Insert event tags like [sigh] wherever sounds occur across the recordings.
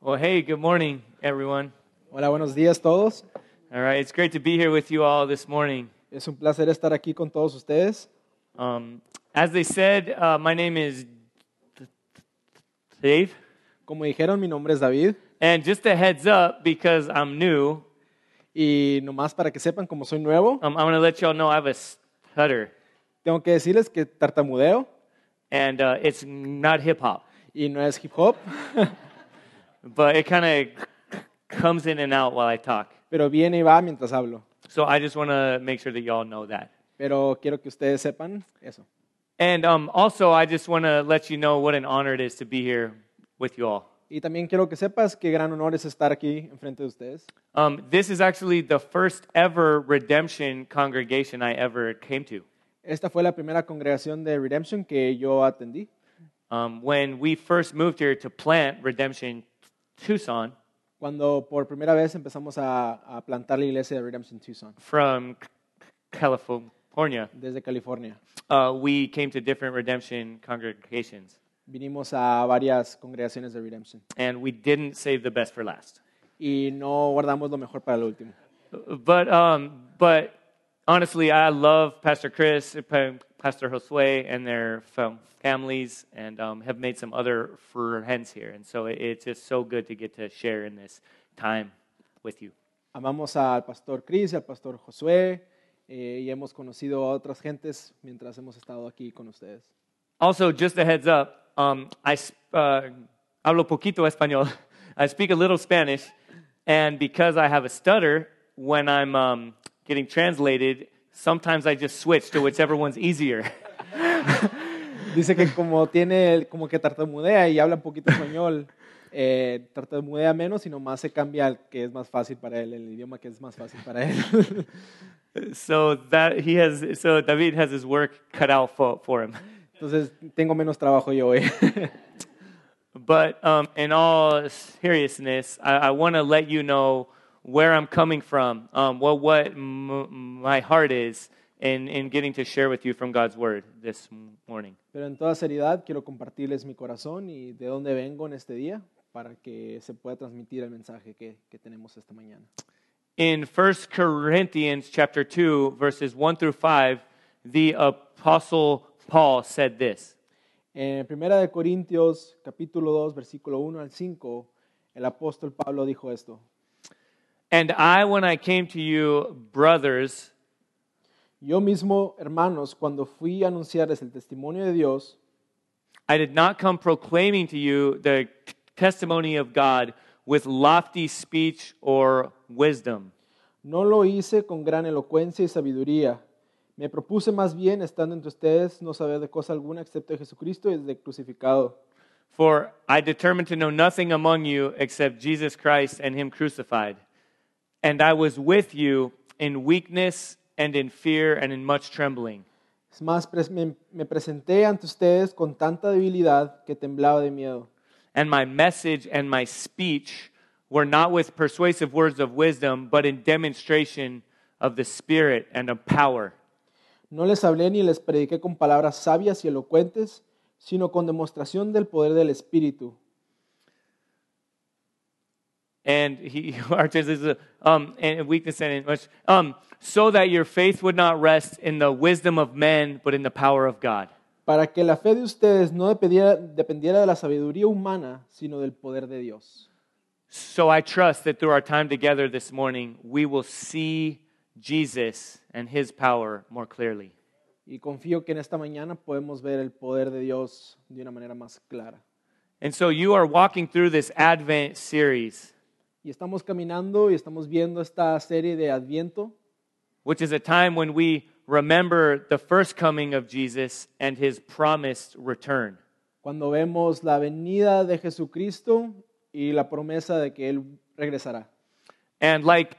Well, hey, good morning, everyone. Hola, buenos días todos. All right, it's great to be here with you all this morning. Es un placer estar aquí con todos ustedes. Um, as they said, uh, my name is Dave. Como dijeron, mi nombre es David And just a heads up, because I'm new, y nomás para que sepan como soy nuevo, um, I'm going to let y'all know I have a stutter, tengo que decirles que tartamudeo and uh, it's not hip hop, y no es hip hop, but it kind of comes in and out while I talk. pero viene y va mientras hablo. So I just want to make sure that y'all know that. Pero quiero que ustedes sepan eso. And um, also, I just want to let you know what an honor it is to be here with you all. Y también quiero que sepas qué gran honor es estar aquí enfrente de ustedes. Um, this is actually the first ever redemption congregation I ever came to. Esta fue la primera congregación de Redemption que yo atendí. Um, when we first moved here to plant Redemption Tucson Cuando por primera vez empezamos a, a plantar la iglesia de Redemption Tucson, from C- California, desde California. uh, we came to different redemption congregations, Vinimos a varias congregaciones de Redemption. and we didn't save the best for last. y no guardamos lo mejor para lo último. But, um, but honestly, I love Pastor Chris, uh, Pa- Pastor Josue, and their fam- families, and um, have made some other friends here. And so it, it's just so good to get to share in this time with you. Amamos al pastor Chris, al pastor Josué eh, y hemos conocido a otras gentes mientras hemos estado aquí con ustedes. Also, just a heads up, um, I sp- uh, hablo poquito español. [laughs] I speak a little Spanish, and because I have a stutter, when I'm um, getting translated, sometimes I just switch to whichever one's easier. [laughs] Dice que como tiene, el- como que tartamudea y habla un poquito español, eh, tartamudea menos y nomás se cambia al que es más fácil para él, el idioma que es más fácil para él. [laughs] So that he has, so David has his work cut out for, for him. Entonces tengo menos trabajo yo hoy. [laughs] But um, in all seriousness, I, I want to let you know where I'm coming from, um, well, what m- my heart is in, in getting to share with you from God's Word this m- morning. Pero en toda seriedad quiero compartirles mi corazón y de dónde vengo en este día para que se pueda transmitir el mensaje que- que tenemos esta mañana. In 1 Corinthians chapter 2, verses 1 through 5, the apostle Paul said this. En Primera de Corintios, capítulo 2, versículo 1 al 5, el apóstol Pablo dijo esto. And I, when I came to you, brothers, Yo mismo, hermanos, cuando fui a anunciarles el testimonio de Dios, I did not come proclaiming to you the testimony of God with lofty speech or wisdom, no lo hice con gran elocuencia y sabiduría. Me propuse más bien, estando entre ustedes, no saber de cosa alguna excepto de Jesucristo y de crucificado. for I determined to know nothing among you except Jesus Christ and Him crucified. And I was with you in weakness and in fear and in much trembling. Es más, pres- me- me presenté ante ustedes con tanta debilidad que temblaba de miedo. And my message and my speech were not with persuasive words of wisdom, but in demonstration of the Spirit and of power. No les hablé ni les prediqué con palabras sabias y elocuentes, sino con demostración del poder del Espíritu, and he [laughs] our translation is, um and weakness and in much um so that your faith would not rest in the wisdom of men but in the power of god para que la fe de ustedes no dependiera, dependiera de la sabiduría humana, sino del poder de Dios. so i trust that through our time together this morning we will see jesus and his power more clearly Y confío que en esta mañana podemos ver el poder de Dios de una manera más clara. and so you are walking through this advent series Y estamos caminando y estamos viendo esta serie de Adviento, which is a time when we remember the first coming of jesus and his promised return cuando vemos la venida de Jesucristo y la promesa de que Él regresará. And like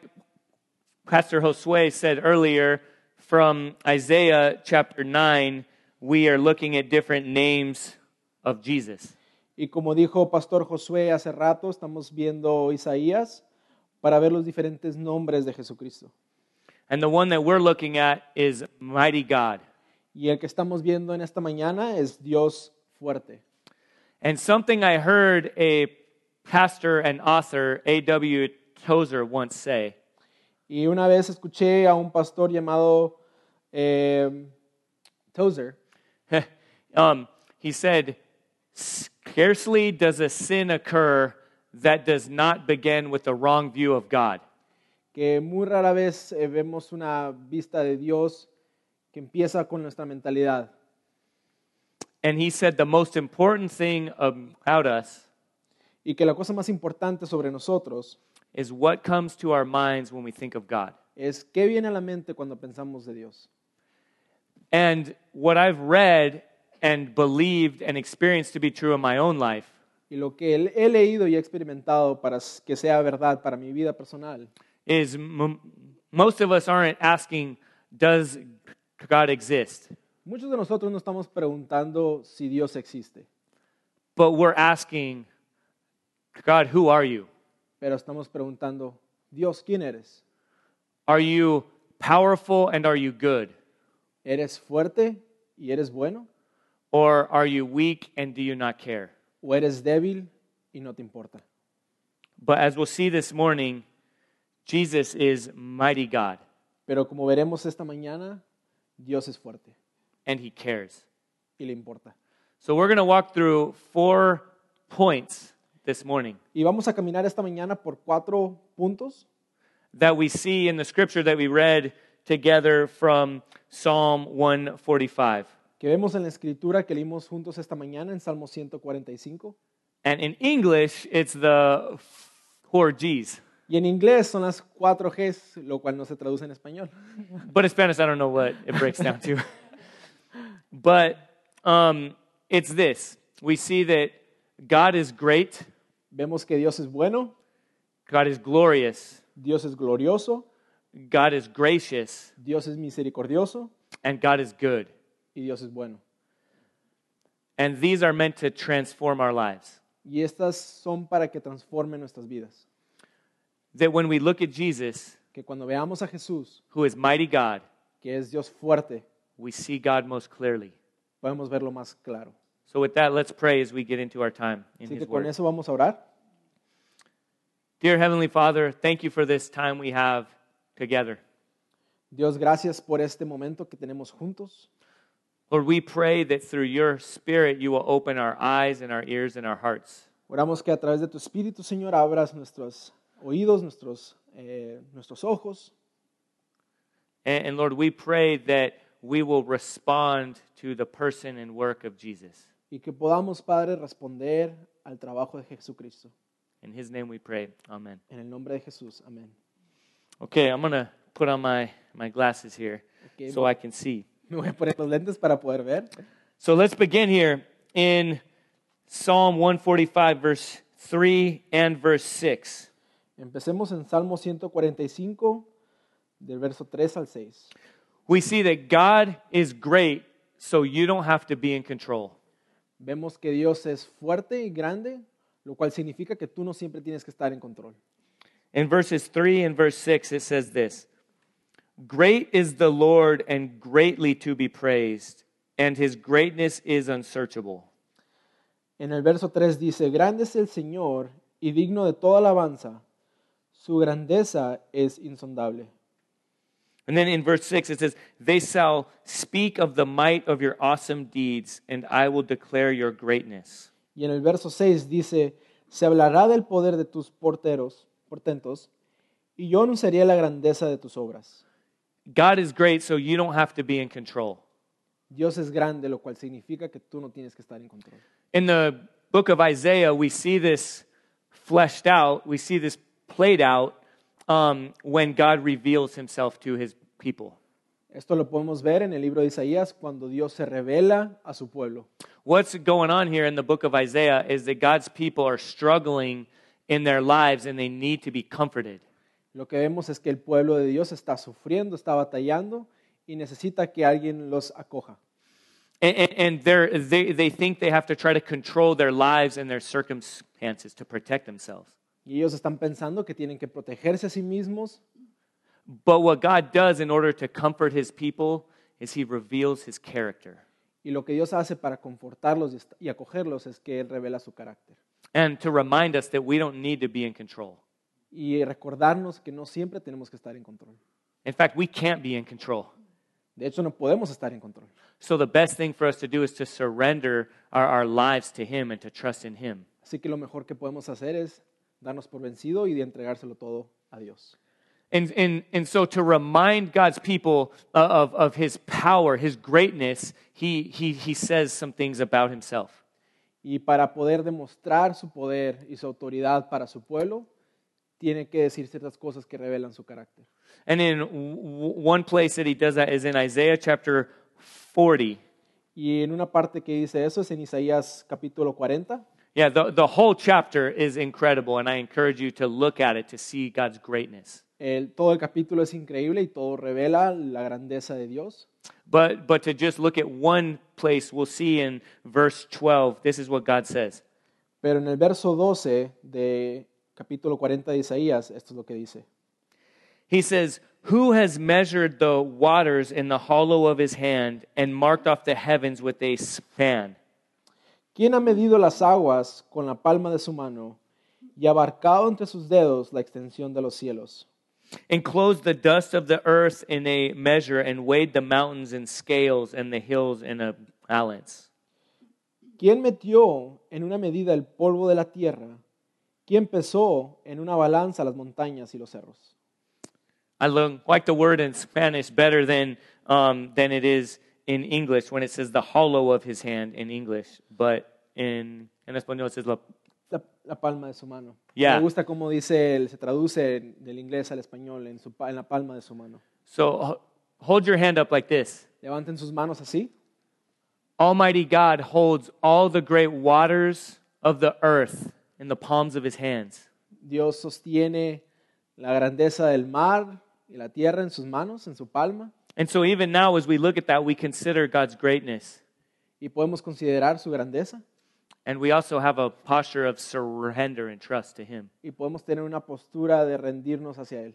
Pastor Josue said earlier, from Isaiah chapter 9, we are looking at different names of Jesus. Y como dijo Pastor Josué hace rato, estamos viendo Isaías para ver los diferentes nombres de Jesucristo. And the one that we're looking at is Mighty God. Y el que estamos viendo en esta mañana es Dios fuerte. And something I heard a pastor and author A.W. Tozer once say, [laughs] Y una vez escuché a un pastor llamado eh, Tozer um, he said, Scarcely does a sin occur that does not begin with a wrong view of God. que muy rara vez eh, vemos una vista de Dios que empieza con nuestra mentalidad. And he said, The most important thing about us Y que la cosa más importante sobre nosotros is what comes to our minds when we think of God. es qué viene a la mente cuando pensamos de Dios. And what I've read and believed and experienced to be true in my own life Y lo que él- he leído y he experimentado para s- que sea verdad para mi vida personal is m- most of us aren't asking, Does God exist? Muchos de nosotros nos estamos preguntando si Dios existe, But we're asking, God, who are you? pero estamos preguntando, Dios, ¿quién eres? Are you powerful and are you good? ¿Eres fuerte y eres bueno? Or are you weak and do you not care? ¿O eres débil y no te importa? But as we'll see this morning, Jesus is mighty God Pero como veremos esta mañana, Dios es fuerte and he cares. y le importa. So we're going to walk through four points this morning Y vamos a caminar esta mañana por cuatro puntos that we see in the scripture that we read together from Psalm 145. que vemos en la escritura que leímos juntos esta mañana en Salmo 145. And in English, it's the four G's. Y en inglés son las cuatro Gs, lo cual no se traduce en español. but in Spanish, I don't know what it breaks down to. [laughs] but um, it's this we see that God is great, Vemos que Dios es bueno, God is glorious, Dios es glorioso, God is gracious, Dios es misericordioso and God is good. y Dios es bueno. And these are meant to transform our lives. Y estas son para que transformen nuestras vidas. That when we look at Jesus, Que cuando veamos a Jesús, who is mighty God, que es Dios fuerte, we see God most clearly. podemos verlo más claro. So, with that, let's pray as we get into our time in Así His que con Word. eso vamos a orar. Dear Heavenly Father, thank you for this time we have together. Dios, gracias por este momento que tenemos juntos. Lord, we pray that through your Spirit you will open our eyes and our ears and our hearts. Oramos que a través de tu Espíritu, Señor, abras nuestros oídos, nuestros, eh, nuestros ojos. And, and Lord, we pray that we will respond to the person and work of Jesus. Y que podamos, Padre, responder al trabajo de Jesucristo. In his name we pray. Amen. En el nombre de Jesús. Amén. Okay, I'm going to put on my, my glasses here Okay, so I can see. Me voy a poner los lentes para poder ver. So let's begin here in Psalm 145, verse 3 and verse 6. Empecemos en Salmo 145, del verso 3 al 6. We see that God is great, so you don't have to be in control. Vemos que Dios es fuerte y grande, lo cual significa que tú no siempre tienes que estar en control. In verses 3 and verse 6, it says this Great is the Lord and greatly to be praised, and his greatness is unsearchable. En el verso 3 dice, grande es el Señor y digno de toda alabanza, su grandeza es insondable. And then in verse 6, it says, They shall speak of the might of your awesome deeds, and I will declare your greatness. Y en el verso 6 dice, se hablará del poder de tus porteros, portentos, y yo anunciaré la grandeza de tus obras. God is great, so you don't have to be in control. Dios es grande, lo cual significa que tú no tienes que estar en control. In the book of Isaiah, we see this fleshed out, we see this played out um, when God reveals himself to his people. Esto lo podemos ver en el libro de Isaías cuando Dios se revela a su pueblo. What's going on here in the book of Isaiah is that God's people are struggling in their lives and they need to be comforted. Lo que vemos es que el pueblo de Dios está sufriendo, está batallando y necesita que alguien los acoja. And, and, and they're, they, they think they have to try to control their lives and their circumstances to protect themselves. Y ellos están pensando que tienen que protegerse a sí mismos, But what God does in order to comfort his people is he reveals his character. y lo que Dios hace para confortarlos y est- y acogerlos es que Él revela su carácter. and to remind us that we don't need to be in control. y recordarnos que no siempre tenemos que estar en control. In fact, we can't be in control. De hecho, no podemos estar en control. So the best thing for us to do is to surrender our, our lives to Him and to trust in Him. Así que lo mejor que podemos hacer es darnos por vencido y de entregárselo todo a Dios. And, and, and so to remind God's people uh, of, of His power, His greatness, he, he, he says some things about Himself. Y para poder demostrar su poder y su autoridad para su pueblo, tiene que decir ciertas cosas que revelan su carácter. And in w- w- one place that He does that is in Isaiah chapter 40. Y en una parte que dice eso es en Isaías capítulo 40. Yeah, the, the whole chapter is incredible, and I encourage you to look at it to see God's greatness. El- todo el capítulo es increíble y todo revela la grandeza de Dios. But, but to just look at one place, we'll see in verse 12, this is what God says. Pero en el verso 12 de capítulo 40 de Isaías, esto es lo que dice. He says, Who has measured the waters in the hollow of his hand and marked off the heavens with a span? ¿Quién ha medido las aguas con la palma de su mano y abarcado entre sus dedos la extensión de los cielos? Enclosed the dust of the earth in a measure and weighed the mountains in scales and the hills in a balance. ¿Quién metió en una medida el polvo de la tierra? ¿Quién pesó en una balanza las montañas y los cerros? I lo- like the word in Spanish better than, um, than it is in English when it says the hollow of his hand in English, but in, en español it says la La, la palma de su mano. Yeah. Me gusta cómo dice, él, se traduce del inglés al español en, su pa- en la palma de su mano. So h- hold your hand up like this. Levanten sus manos así. Almighty God holds all the great waters of the earth in the palms of his hands. Dios sostiene la grandeza del mar y la tierra en sus manos, en su palma, And so, even now, as we look at that, we consider God's greatness. y podemos considerar su grandeza. And we also have a posture of surrender and trust to him. y podemos tener una postura de rendirnos hacia Él.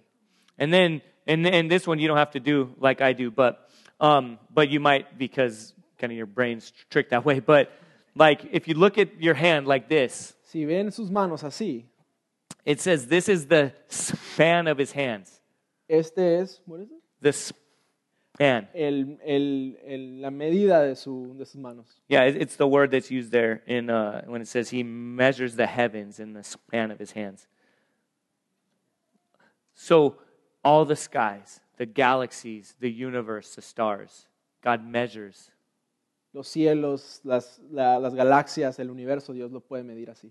And then, and, and this one you don't have to do like I do, but, um, but you might because kind of your brain's tricked that way. But like if you look at your hand like this, Si ven sus manos así, it says this is the span of his hands. este es what is it? The span. El- el- el- la medida de, su- de sus manos. Yeah, it- it's the word that's used there in uh, when it says he measures the heavens in the span of his hands. So all the skies, the galaxies, the universe, the stars, God measures. Los cielos, las, la- las galaxias, el universo, Dios lo puede medir así.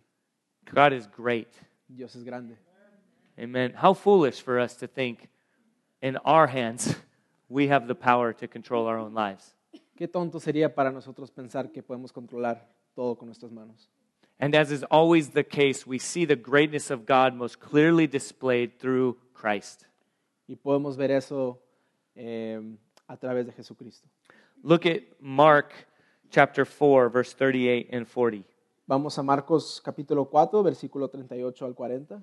God is great. Dios es grande. Amen. How foolish for us to think in our hands [laughs] we have the power to control our own lives. Qué tonto sería para nosotros pensar que podemos controlar todo con nuestras manos. And as is always the case, we see the greatness of God most clearly displayed through Christ. Y podemos ver eso eh, a través de Jesucristo. Look at Mark chapter 4, verse 38 and 40. Vamos a Marcos capítulo 4, versículo 38 al 40.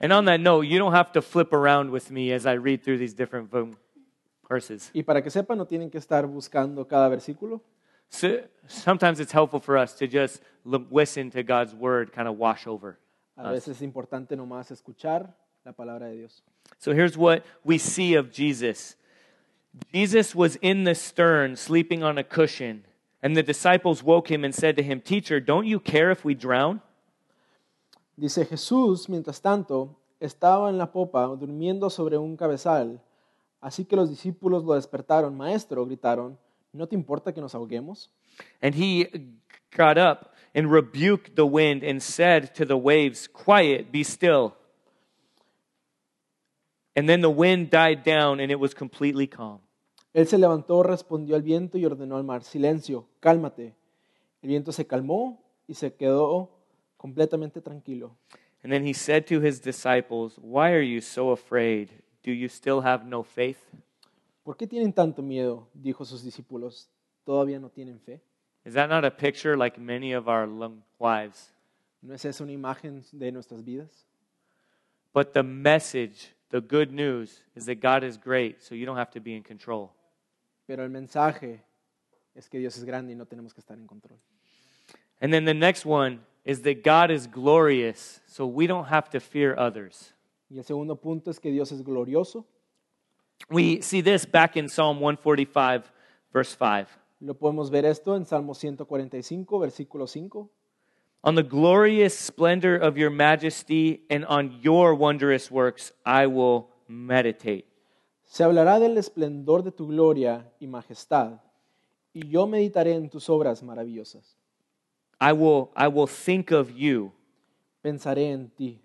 And on that note, you don't have to flip around with me as I read through these different v- verses. Y para que sepan, no tienen que estar buscando cada versículo. So, sometimes it's helpful for us to just l- listen to God's word kind of wash over. A veces es importante nomás escuchar la palabra de Dios. So here's what we see of Jesus Jesus was in the stern, sleeping on a cushion. And the disciples woke him and said to him, Teacher, don't you care if we drown? Dice Jesús, mientras tanto, estaba en la popa durmiendo sobre un cabezal. Así que los discípulos lo despertaron. Maestro, gritaron, ¿no te importa que nos ahoguemos? And he got up and rebuked the wind and said to the waves, Quiet, be still. And then the wind died down and it was completely calm. Él se levantó, respondió al viento y ordenó al mar, silencio, cálmate. El viento se calmó y se quedó completamente tranquilo. And then he said to his disciples, Why are you so afraid? Do you still have no faith? ¿Por qué tienen tanto miedo? dijo sus discípulos. ¿Todavía no tienen fe? Is that not a picture like many of our lung- lives? ¿No es esa una imagen de nuestras vidas? But the message, the good news, is that God is great, so you don't have to be in control. Pero el mensaje es que Dios es grande y no tenemos que estar en control. And then the next one is that God is glorious, so we don't have to fear others. Y el segundo punto es que Dios es glorioso. We see this back in Psalm 145, verse 5. Lo podemos ver esto en Salmo 145, versículo 5. On the glorious splendor of your majesty and on your wondrous works, I will meditate. Se hablará del esplendor de tu gloria y majestad, y yo meditaré en tus obras maravillosas. I will, I will think of you. Pensaré en ti.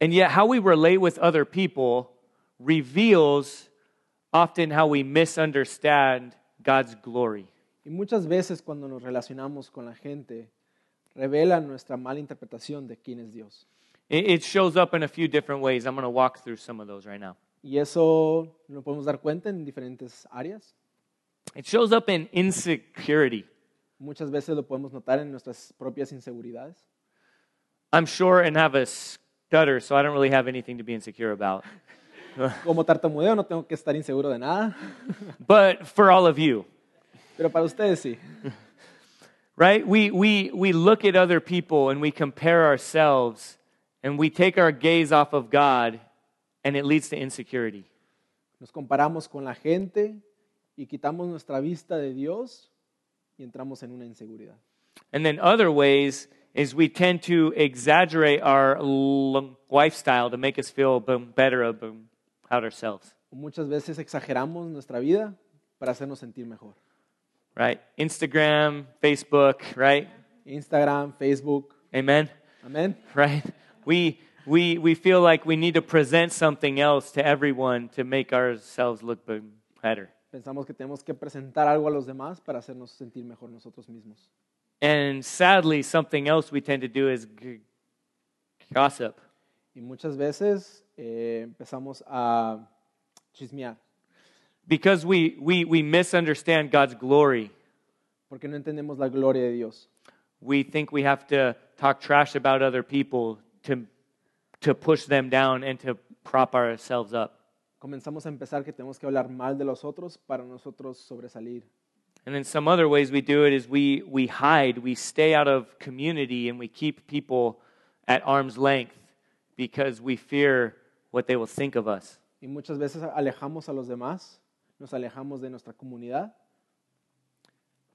And yet, how we relate with other people reveals often how we misunderstand God's glory. Y muchas veces cuando nos relacionamos con la gente, revela nuestra mala interpretación de quién es Dios. It, it shows up in a few different ways. I'm going to walk through some of those right now. Y eso lo podemos dar cuenta en diferentes áreas. It shows up in insecurity. Muchas veces lo podemos notar en nuestras propias inseguridades. I'm short and have a stutter, so I don't really have anything to be insecure about. Como tartamudeo no tengo que estar inseguro de nada, But for all of you, pero para ustedes sí. right? We, we, we look at other people and we compare ourselves and we take our gaze off of God and it leads to insecurity. Nos comparamos con la gente y quitamos nuestra vista de Dios y entramos en una inseguridad. And then other ways is we tend to exaggerate our l- lifestyle to make us feel boom, better about ourselves, O muchas veces exageramos nuestra vida para hacernos sentir mejor. right? Instagram, Facebook, right? Instagram, Facebook, Amen, [laughs] amén. right? We, we, we feel like we need to present something else to everyone to make ourselves look boom, better. Pensamos que tenemos que presentar algo a los demás para hacernos sentir mejor nosotros mismos. And sadly, something else we tend to do is g- gossip. Y muchas veces eh, empezamos a chismear Because we, we, we misunderstand God's glory, porque no entendemos la gloria de Dios. we think we have to talk trash about other people to, to push them down and to prop ourselves up. Comenzamos a empezar que tenemos que hablar mal de los otros para nosotros sobresalir. And then some other ways we do it is we, we hide, we stay out of community, and we keep people at arm's length because we fear what they will think of us. Y muchas veces alejamos a los demás, nos alejamos de nuestra comunidad,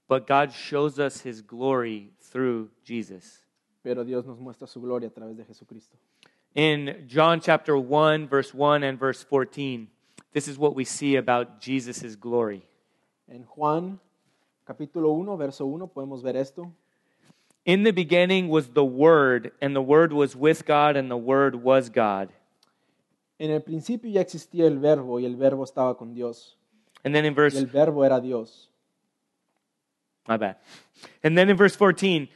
But God shows us his glory through Jesus. pero Dios nos muestra su gloria a través de Jesucristo. In John chapter 1, verse 1 and verse 14, this is what we see about Jesus' glory. En Juan capítulo 1, verso 1 podemos ver esto. In the beginning was the Word, and the Word was with God, and the Word was God. En el principio ya existía el verbo y el verbo estaba con Dios. And then in Y verse, el verbo era Dios. my bad. And then in verse 14,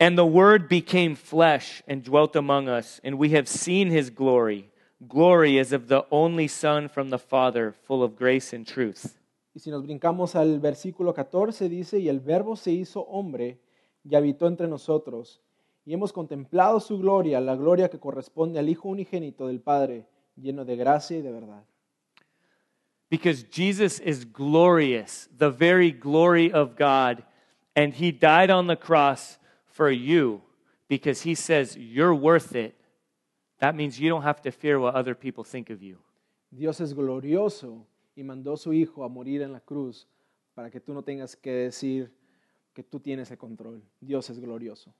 and the Word became flesh and dwelt among us, and we have seen his glory. Glory as of the only Son from the Father, full of grace and truth. Y si nos brincamos al versículo 14, dice, y el verbo se hizo hombre y habitó entre nosotros, y hemos contemplado su gloria, la gloria que corresponde al Hijo unigénito del Padre, lleno de gracia y de verdad. Because Jesus is glorious, the very glory of God, and he died on the cross for you because he says you're worth it. That means you don't have to fear what other people think of you. Dios es glorioso y mandó a su Hijo a morir en la cruz para que tú no tengas que decir que tú tienes el control. Dios es glorioso.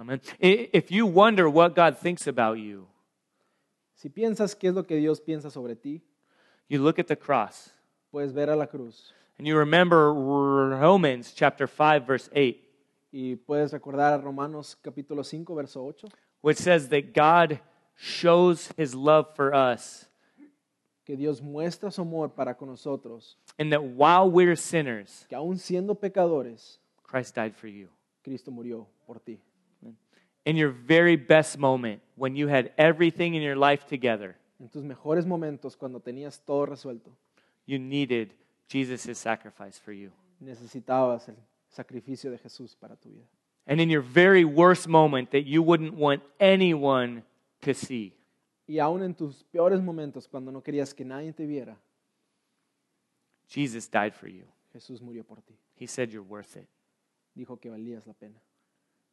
Amen. I- If you wonder what God thinks about you, Si piensas qué es lo que Dios piensa sobre ti, you look at the cross puedes ver a la cruz and you remember Romans chapter 5 verse 8, y puedes recordar a Romanos capítulo 5, verso 8. which says that God shows his love for us que Dios muestra su amor para con nosotros, and that while we're sinners, que aun siendo pecadores, Christ died for you. Cristo murió por ti. in your very best moment when you had everything in your life together, En tus mejores momentos, cuando tenías todo resuelto, you needed Jesus' sacrifice for you. necesitabas el sacrificio de Jesús para tu vida. And in your very worst moment that you wouldn't want anyone to see, Y aun en tus peores momentos, cuando no querías que nadie te viera, Jesus died for you. Jesús murió por ti. He said, You're worth it. Dijo que valías la pena.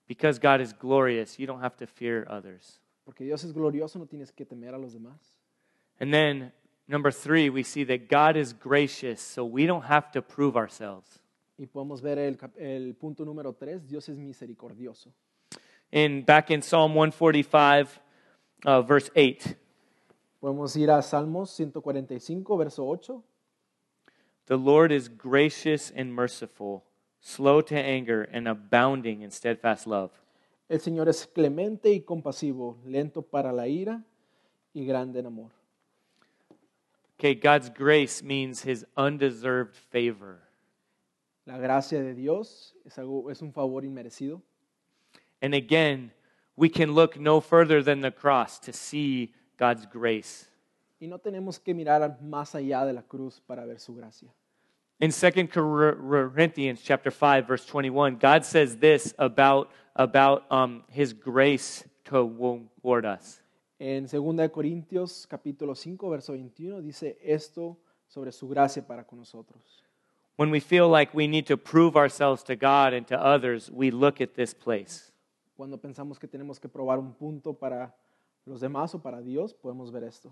Because God is glorious, you don't have to fear others. Porque Dios es glorioso, no tienes que temer a los demás. And then, number three, we see that God is gracious, so we don't have to prove ourselves. Y podemos ver el, cap- el punto número tres, Dios es misericordioso. In, back in Psalm 145, uh, verse 8, Podemos ir a Salmos 145, verso 8. the Lord is gracious and merciful, slow to anger, and abounding in steadfast love. El Señor es clemente y compasivo, lento para la ira y grande en amor. Okay, God's grace means his undeserved favor. La gracia de Dios es, algo, es un favor inmerecido. And again, we can look no further than the cross to see God's grace. Y no tenemos que mirar más allá de la cruz para ver su gracia. In 2 Cor- Corinthians chapter 5 verse 21, God says this about about um, his grace toward us. En 2 de Corintios capítulo 5, verso 21 dice esto sobre su gracia para con nosotros. When we feel like we need to prove ourselves to God and to others, we look at this place. Cuando pensamos que tenemos que probar un punto para los demás o para Dios, podemos ver esto.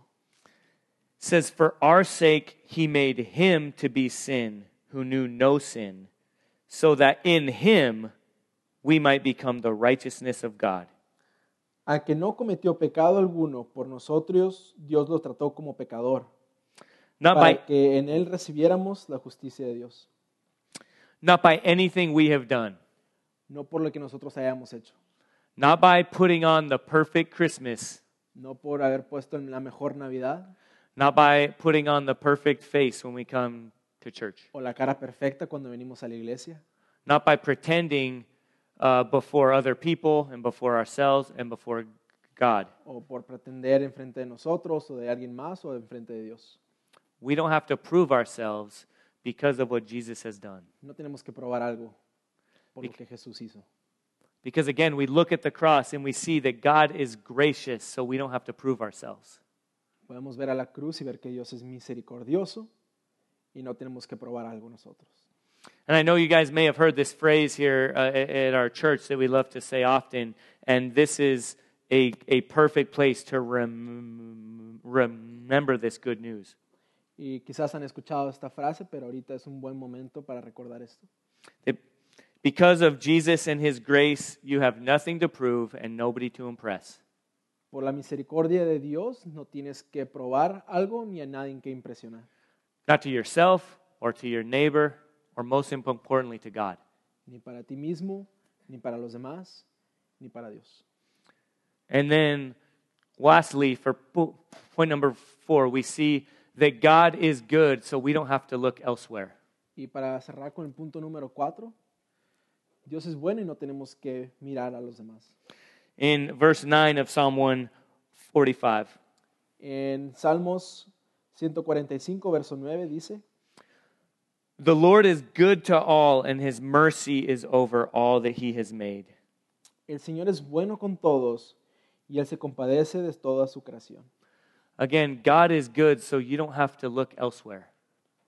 It says, For our sake he made him to be sin who knew no sin, so that in him we might become the righteousness of God. Al que no cometió pecado alguno por nosotros, Dios lo trató como pecador, Not by, para que en él recibiéramos la justicia de Dios, not by anything we have done, no por lo que nosotros hayamos hecho, not by putting on the perfect Christmas, no por haber puesto en la mejor Navidad not by putting on the perfect face when we come to church, o la cara perfecta cuando venimos a la iglesia, not by pretending uh, before other people and before ourselves and before God. o por pretender enfrente de nosotros o de alguien más o enfrente de Dios. We don't have to prove ourselves because of what Jesus has done. No tenemos que probar algo por lo que Jesús hizo. Because again, we look at the cross and we see that God is gracious, so we don't have to prove ourselves. Podemos ver a la cruz y ver que Dios es misericordioso y no tenemos que probar algo nosotros. And I know you guys may have heard this phrase here uh, a- at our church that we love to say often, and this is a, a perfect place to rem- remember this good news. Y quizás han escuchado esta frase, pero ahorita es un buen momento para recordar esto. That because of Jesus and his grace, you have nothing to prove and nobody to impress. Por la misericordia de Dios no tienes que probar algo ni a nadie que impresionar, Not to yourself or to your neighbor, or most imp- importantly, to God. ni para ti mismo, ni para los demás, ni para Dios. And then, lastly, for po- point number four, we see that God is good, so we don't have to look elsewhere. Y para cerrar con el punto número cuatro, Dios es bueno y no tenemos que mirar a los demás. In verse 9 of Psalm 145, En Salmos 145, verso 9 dice, the Lord is good to all, and his mercy is over all that he has made. El Señor es bueno con todos y Él se compadece de toda su creación. Again, God is good, so you don't have to look elsewhere.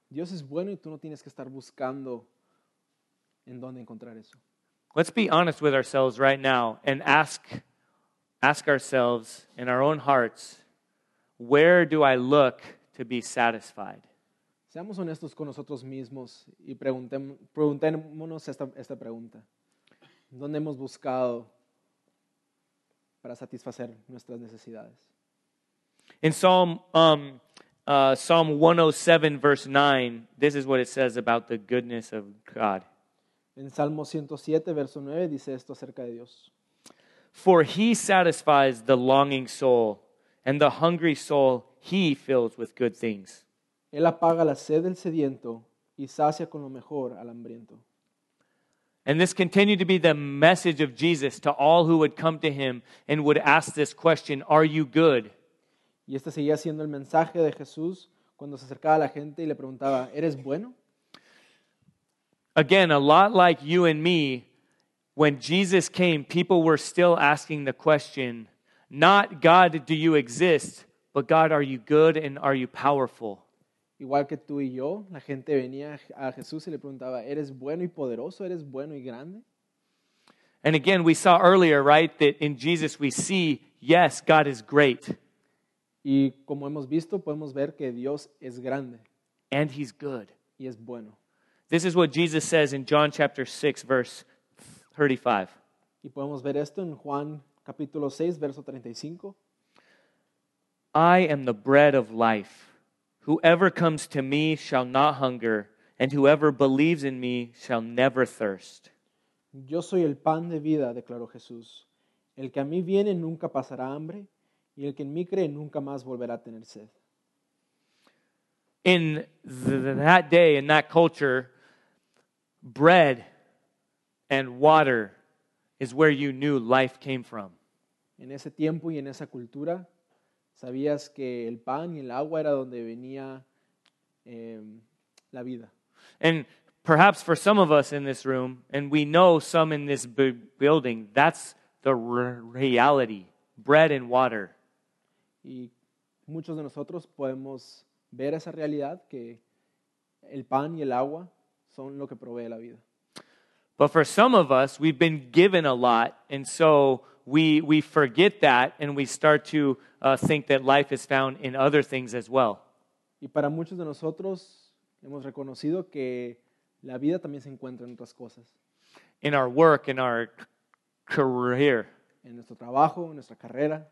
Dios es bueno y tú no tienes que estar buscando en dónde encontrar eso. Let's be honest with ourselves right now and ask, ask ourselves in our own hearts, where do I look to be satisfied? Seamos honestos con nosotros mismos y preguntem- preguntémonos esta, esta pregunta. ¿Dónde hemos buscado para satisfacer nuestras necesidades? In Psalm, um, uh, Psalm 107, verse 9, this is what it says about the goodness of God. En Salmo 107, verso 9 dice esto acerca de Dios. For he satisfies the longing soul, and the hungry soul he fills with good things. Él apaga la sed del sediento y sacia con lo mejor al hambriento. And this continued to be the message of Jesus to all who would come to him and would ask this question Are you good? Y este seguía siendo el mensaje de Jesús cuando se acercaba a la gente y le preguntaba, ¿eres bueno? Again, a lot like you and me, when Jesus came, people were still asking the question not God, do you exist, but God, are you good and are you powerful? Igual que tú y yo, la gente venía a Jesús y le preguntaba, ¿eres bueno y poderoso? ¿Eres bueno y grande? And again, we saw earlier, right, that in Jesus we see, yes, God is great Y como hemos visto, podemos ver que Dios es grande and he's good. y es bueno. This is what Jesus says in John chapter 6, verse 35. Y podemos ver esto en Juan capítulo 6, verso 35. I am the bread of life. Whoever comes to me shall not hunger, and whoever believes in me shall never thirst. Yo soy el pan de vida, declaró Jesús. El que a mí viene nunca pasará hambre, y el que en mí cree nunca más volverá a tener sed. In th- that day, in that culture, bread and water is where you knew life came from. En ese tiempo y en esa cultura, sabías que el pan y el agua era donde venía eh, la vida. And perhaps for some of us in this room, and we know some in this bu- building, that's the re- reality bread and water. Y muchos de nosotros podemos ver esa realidad que el pan y el agua son lo que provee la vida. But for some of us, we've been given a lot, and so we, we forget that and we start to uh, think that life is found in other things as well. Y para muchos de nosotros hemos reconocido que la vida también se encuentra en otras cosas, In our work, in our c- career, en nuestro trabajo, en nuestra carrera,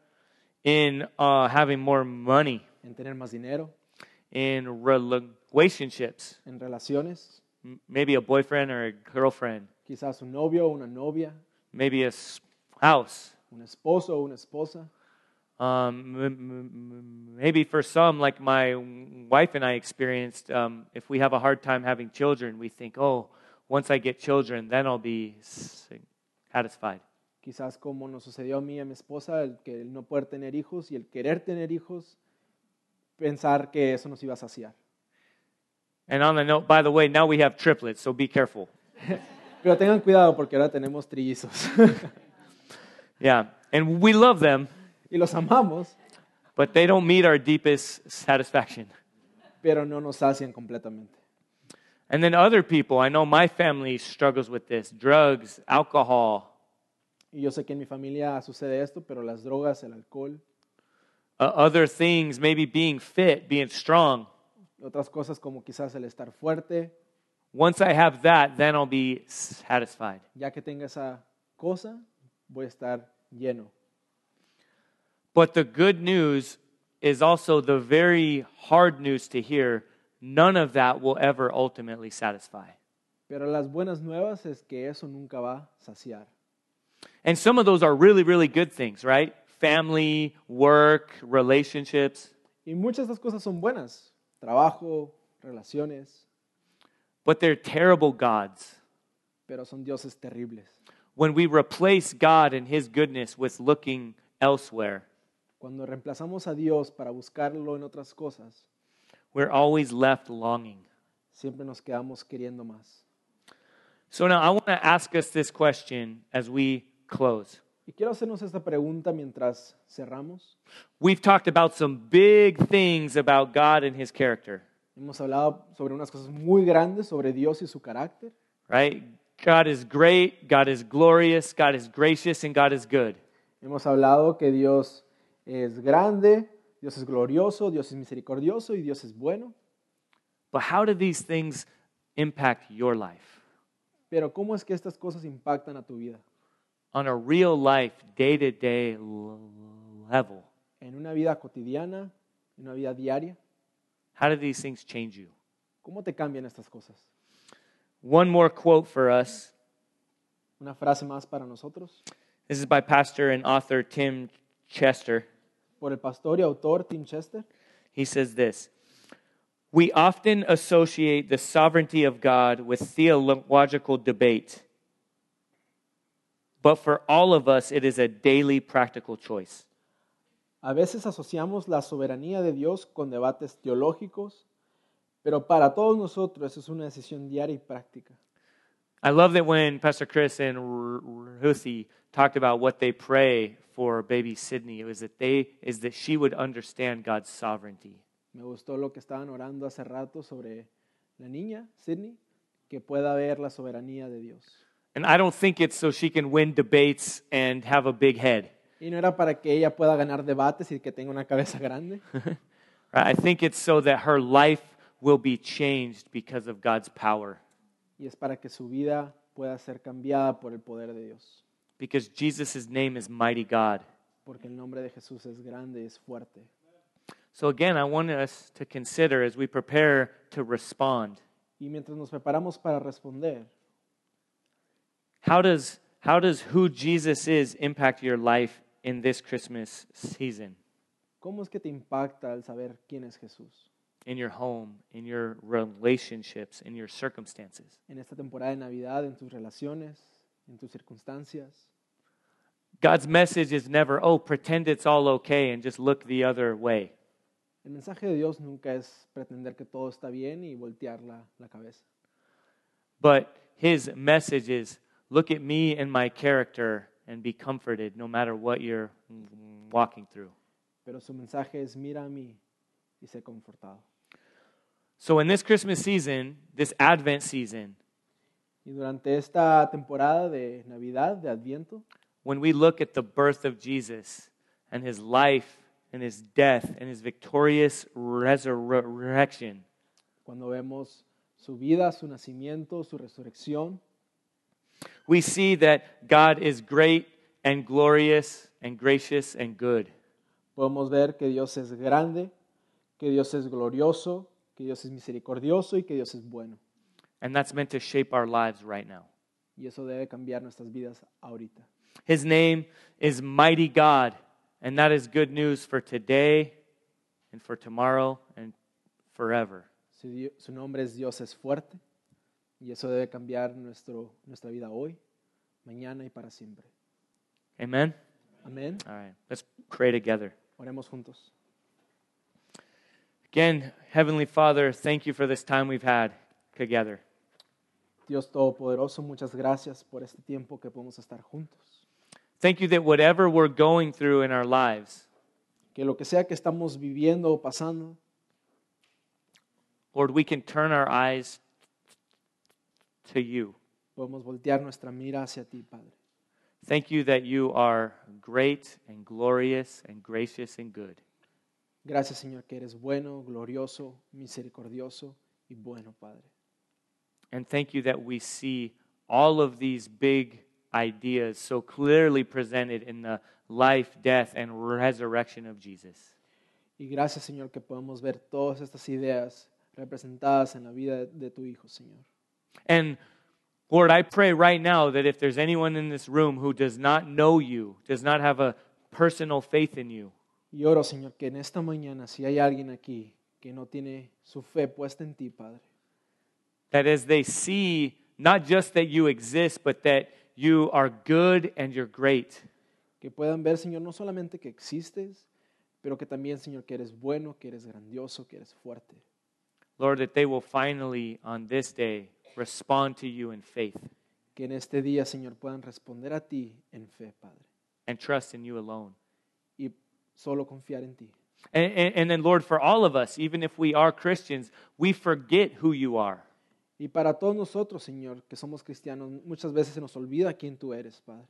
in uh, having more money, en tener más dinero, in rela- relationships, en relaciones, m- maybe a boyfriend or a girlfriend, quizás un novio o una novia, maybe a spouse. un esposo o una esposa. Um, m- m- m- maybe for some, like my wife and I experienced, um, if we have a hard time having children, we think, oh, once I get children, then I'll be s- satisfied. Quizás como nos sucedió a mí y a mi esposa, el que el no poder tener hijos y el querer tener hijos, pensar que eso nos iba a saciar. And on the note, by the way, now we have triplets, so be careful. Pero tengan cuidado porque ahora tenemos trillizos [laughs] Yeah. And we love them, y los amamos, but they don't meet our deepest satisfaction. pero no nos sacian completamente. And then other people, I know my family struggles with this drugs, alcohol, Y yo sé que en mi familia sucede esto, pero las drogas, el alcohol, uh, other things, maybe being fit, being strong. otras cosas como quizás el estar fuerte, Once I have that, then I'll be satisfied. ya que tenga esa cosa, voy a estar lleno. But the good news is also the very hard news to hear. None of that will ever ultimately satisfy. Pero las buenas nuevas es que eso nunca va a saciar. And some of those are really, really good things, right? Family, work, relationships. Y muchas de estas cosas son buenas, trabajo, relaciones, But they're terrible gods pero son dioses terribles. when we replace God and His goodness with looking elsewhere. Cuando reemplazamos a Dios para buscarlo en otras cosas, We're always left longing. siempre nos quedamos queriendo más. So now I want to ask us this question as we close. Y quiero hacernos esta pregunta mientras cerramos. We've talked about some big things about God and his character, Hemos hablado sobre unas cosas muy grandes, sobre Dios y su carácter. right? God is great, God is glorious, God is gracious, and God is good. Hemos hablado que Dios es grande, Dios es glorioso, Dios es misericordioso y Dios es bueno. But how do these things impact your life Pero ¿cómo es que estas cosas impactan a tu vida? on a real life, day to day level? En una vida cotidiana, en una vida diaria, How do these things change you? ¿cómo te cambian estas cosas? One more quote for us. Una frase más para nosotros, This is by pastor and author Tim Chester. por el pastor y autor Tim Chester. He says this We often associate the sovereignty of God with theological debate, but for all of us, it is a daily practical choice. A veces asociamos la soberanía de Dios con debates teológicos, pero para todos nosotros es una decisión diaria y práctica. I love that when Pastor Chris and Ru- Ruthie talked about what they pray for baby Sydney, it was that they is that she would understand God's sovereignty. Me gustó lo que estaban orando hace rato sobre la niña, Sidney, que pueda ver la soberanía de Dios. And I don't think it's so she can win debates and have a big head. Y no era para que ella pueda ganar debates y que tenga una cabeza grande. Right? I think it's so that her life will be changed because of God's power. Y es para que su vida pueda ser cambiada por el poder de Dios. Because Jesus' name is Mighty God. Porque el nombre de Jesús es grande y es fuerte. So, again, I want us to consider as we prepare to respond Y mientras nos preparamos para responder, how does, how does who Jesus is impact your life in this Christmas season? ¿cómo es que te impacta el saber quién es Jesús? In your home, in your relationships, in your circumstances? En esta temporada de Navidad, en tus relaciones, en tus circunstancias. God's message is never, oh, pretend it's all okay and just look the other way. El mensaje de Dios nunca es pretender que todo está bien y voltear la, la cabeza. But his message is look at me and my character and be comforted no matter what you're walking through. Pero su mensaje es mira a mí y sé confortado. So, in this Christmas season, this Advent season, Y durante esta temporada de Navidad, de Adviento, when we look at the birth of Jesus and his life and his death and his victorious resurrection, cuando vemos su vida, su nacimiento, su resurrección, we see that God is great and glorious and gracious and good. podemos ver que Dios es grande, que Dios es glorioso, que Dios es misericordioso y que Dios es bueno. And that's meant to shape our lives right now. Y eso debe cambiar nuestras vidas ahorita. His name is Mighty God, and that is good news for today and for tomorrow and forever. Su, di- su nombre es Dios es fuerte y eso debe cambiar nuestro, nuestra vida hoy, mañana y para siempre. Amen? Amén. All right, let's pray together. Oremos juntos. Again, Heavenly Father, thank you for this time we've had together. Dios Todopoderoso, muchas gracias por este tiempo que podemos estar juntos. Thank you that whatever we're going through in our lives, Que lo que sea que estamos viviendo o pasando, Lord, we can turn our eyes to you. podemos voltear nuestra mira hacia ti, Padre. Thank you that you are great and glorious and gracious and good. Gracias, Señor, que eres bueno, glorioso, misericordioso y bueno, Padre. And thank you that we see all of these big ideas so clearly presented in the life, death, and resurrection of Jesus. Y gracias, Señor, que podemos ver todas estas ideas representadas en la vida de, de tu Hijo, Señor. And Lord, I pray right now that if there's anyone in this room who does not know you, does not have a personal faith in you, Y oro, Señor, que en esta mañana, si hay alguien aquí que no tiene su fe puesta en ti, Padre, that as they see not just that you exist, but that you are good and you're great, que puedan ver, Señor, no solamente que existes, pero que también, Señor, que eres bueno, que eres grandioso, que eres fuerte. Lord, that they will finally on this day respond to you in faith Que en este día, Señor, puedan responder a ti en fe, Padre, and trust in you alone. y solo confiar en ti. And, and, and then, Lord, for all of us, even if we are Christians, we forget who you are. Y para todos nosotros, Señor, que somos cristianos, muchas veces se nos olvida quién tú eres, Padre.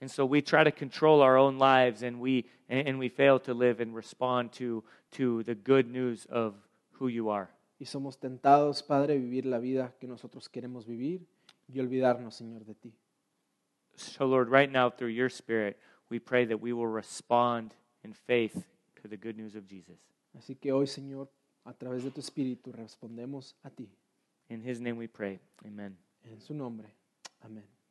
And so we try to control our own lives and we, and, and we fail to live and respond to, to the good news of who you are. Y somos tentados, Padre, a vivir la vida que nosotros queremos vivir y olvidarnos, Señor, de ti. So, Lord, right now, through your Spirit, we pray that we will respond in faith to the good news of Jesus. Así que hoy, Señor, a través de tu Espíritu respondemos a ti. In his name we pray. Amen. En su nombre. Amén.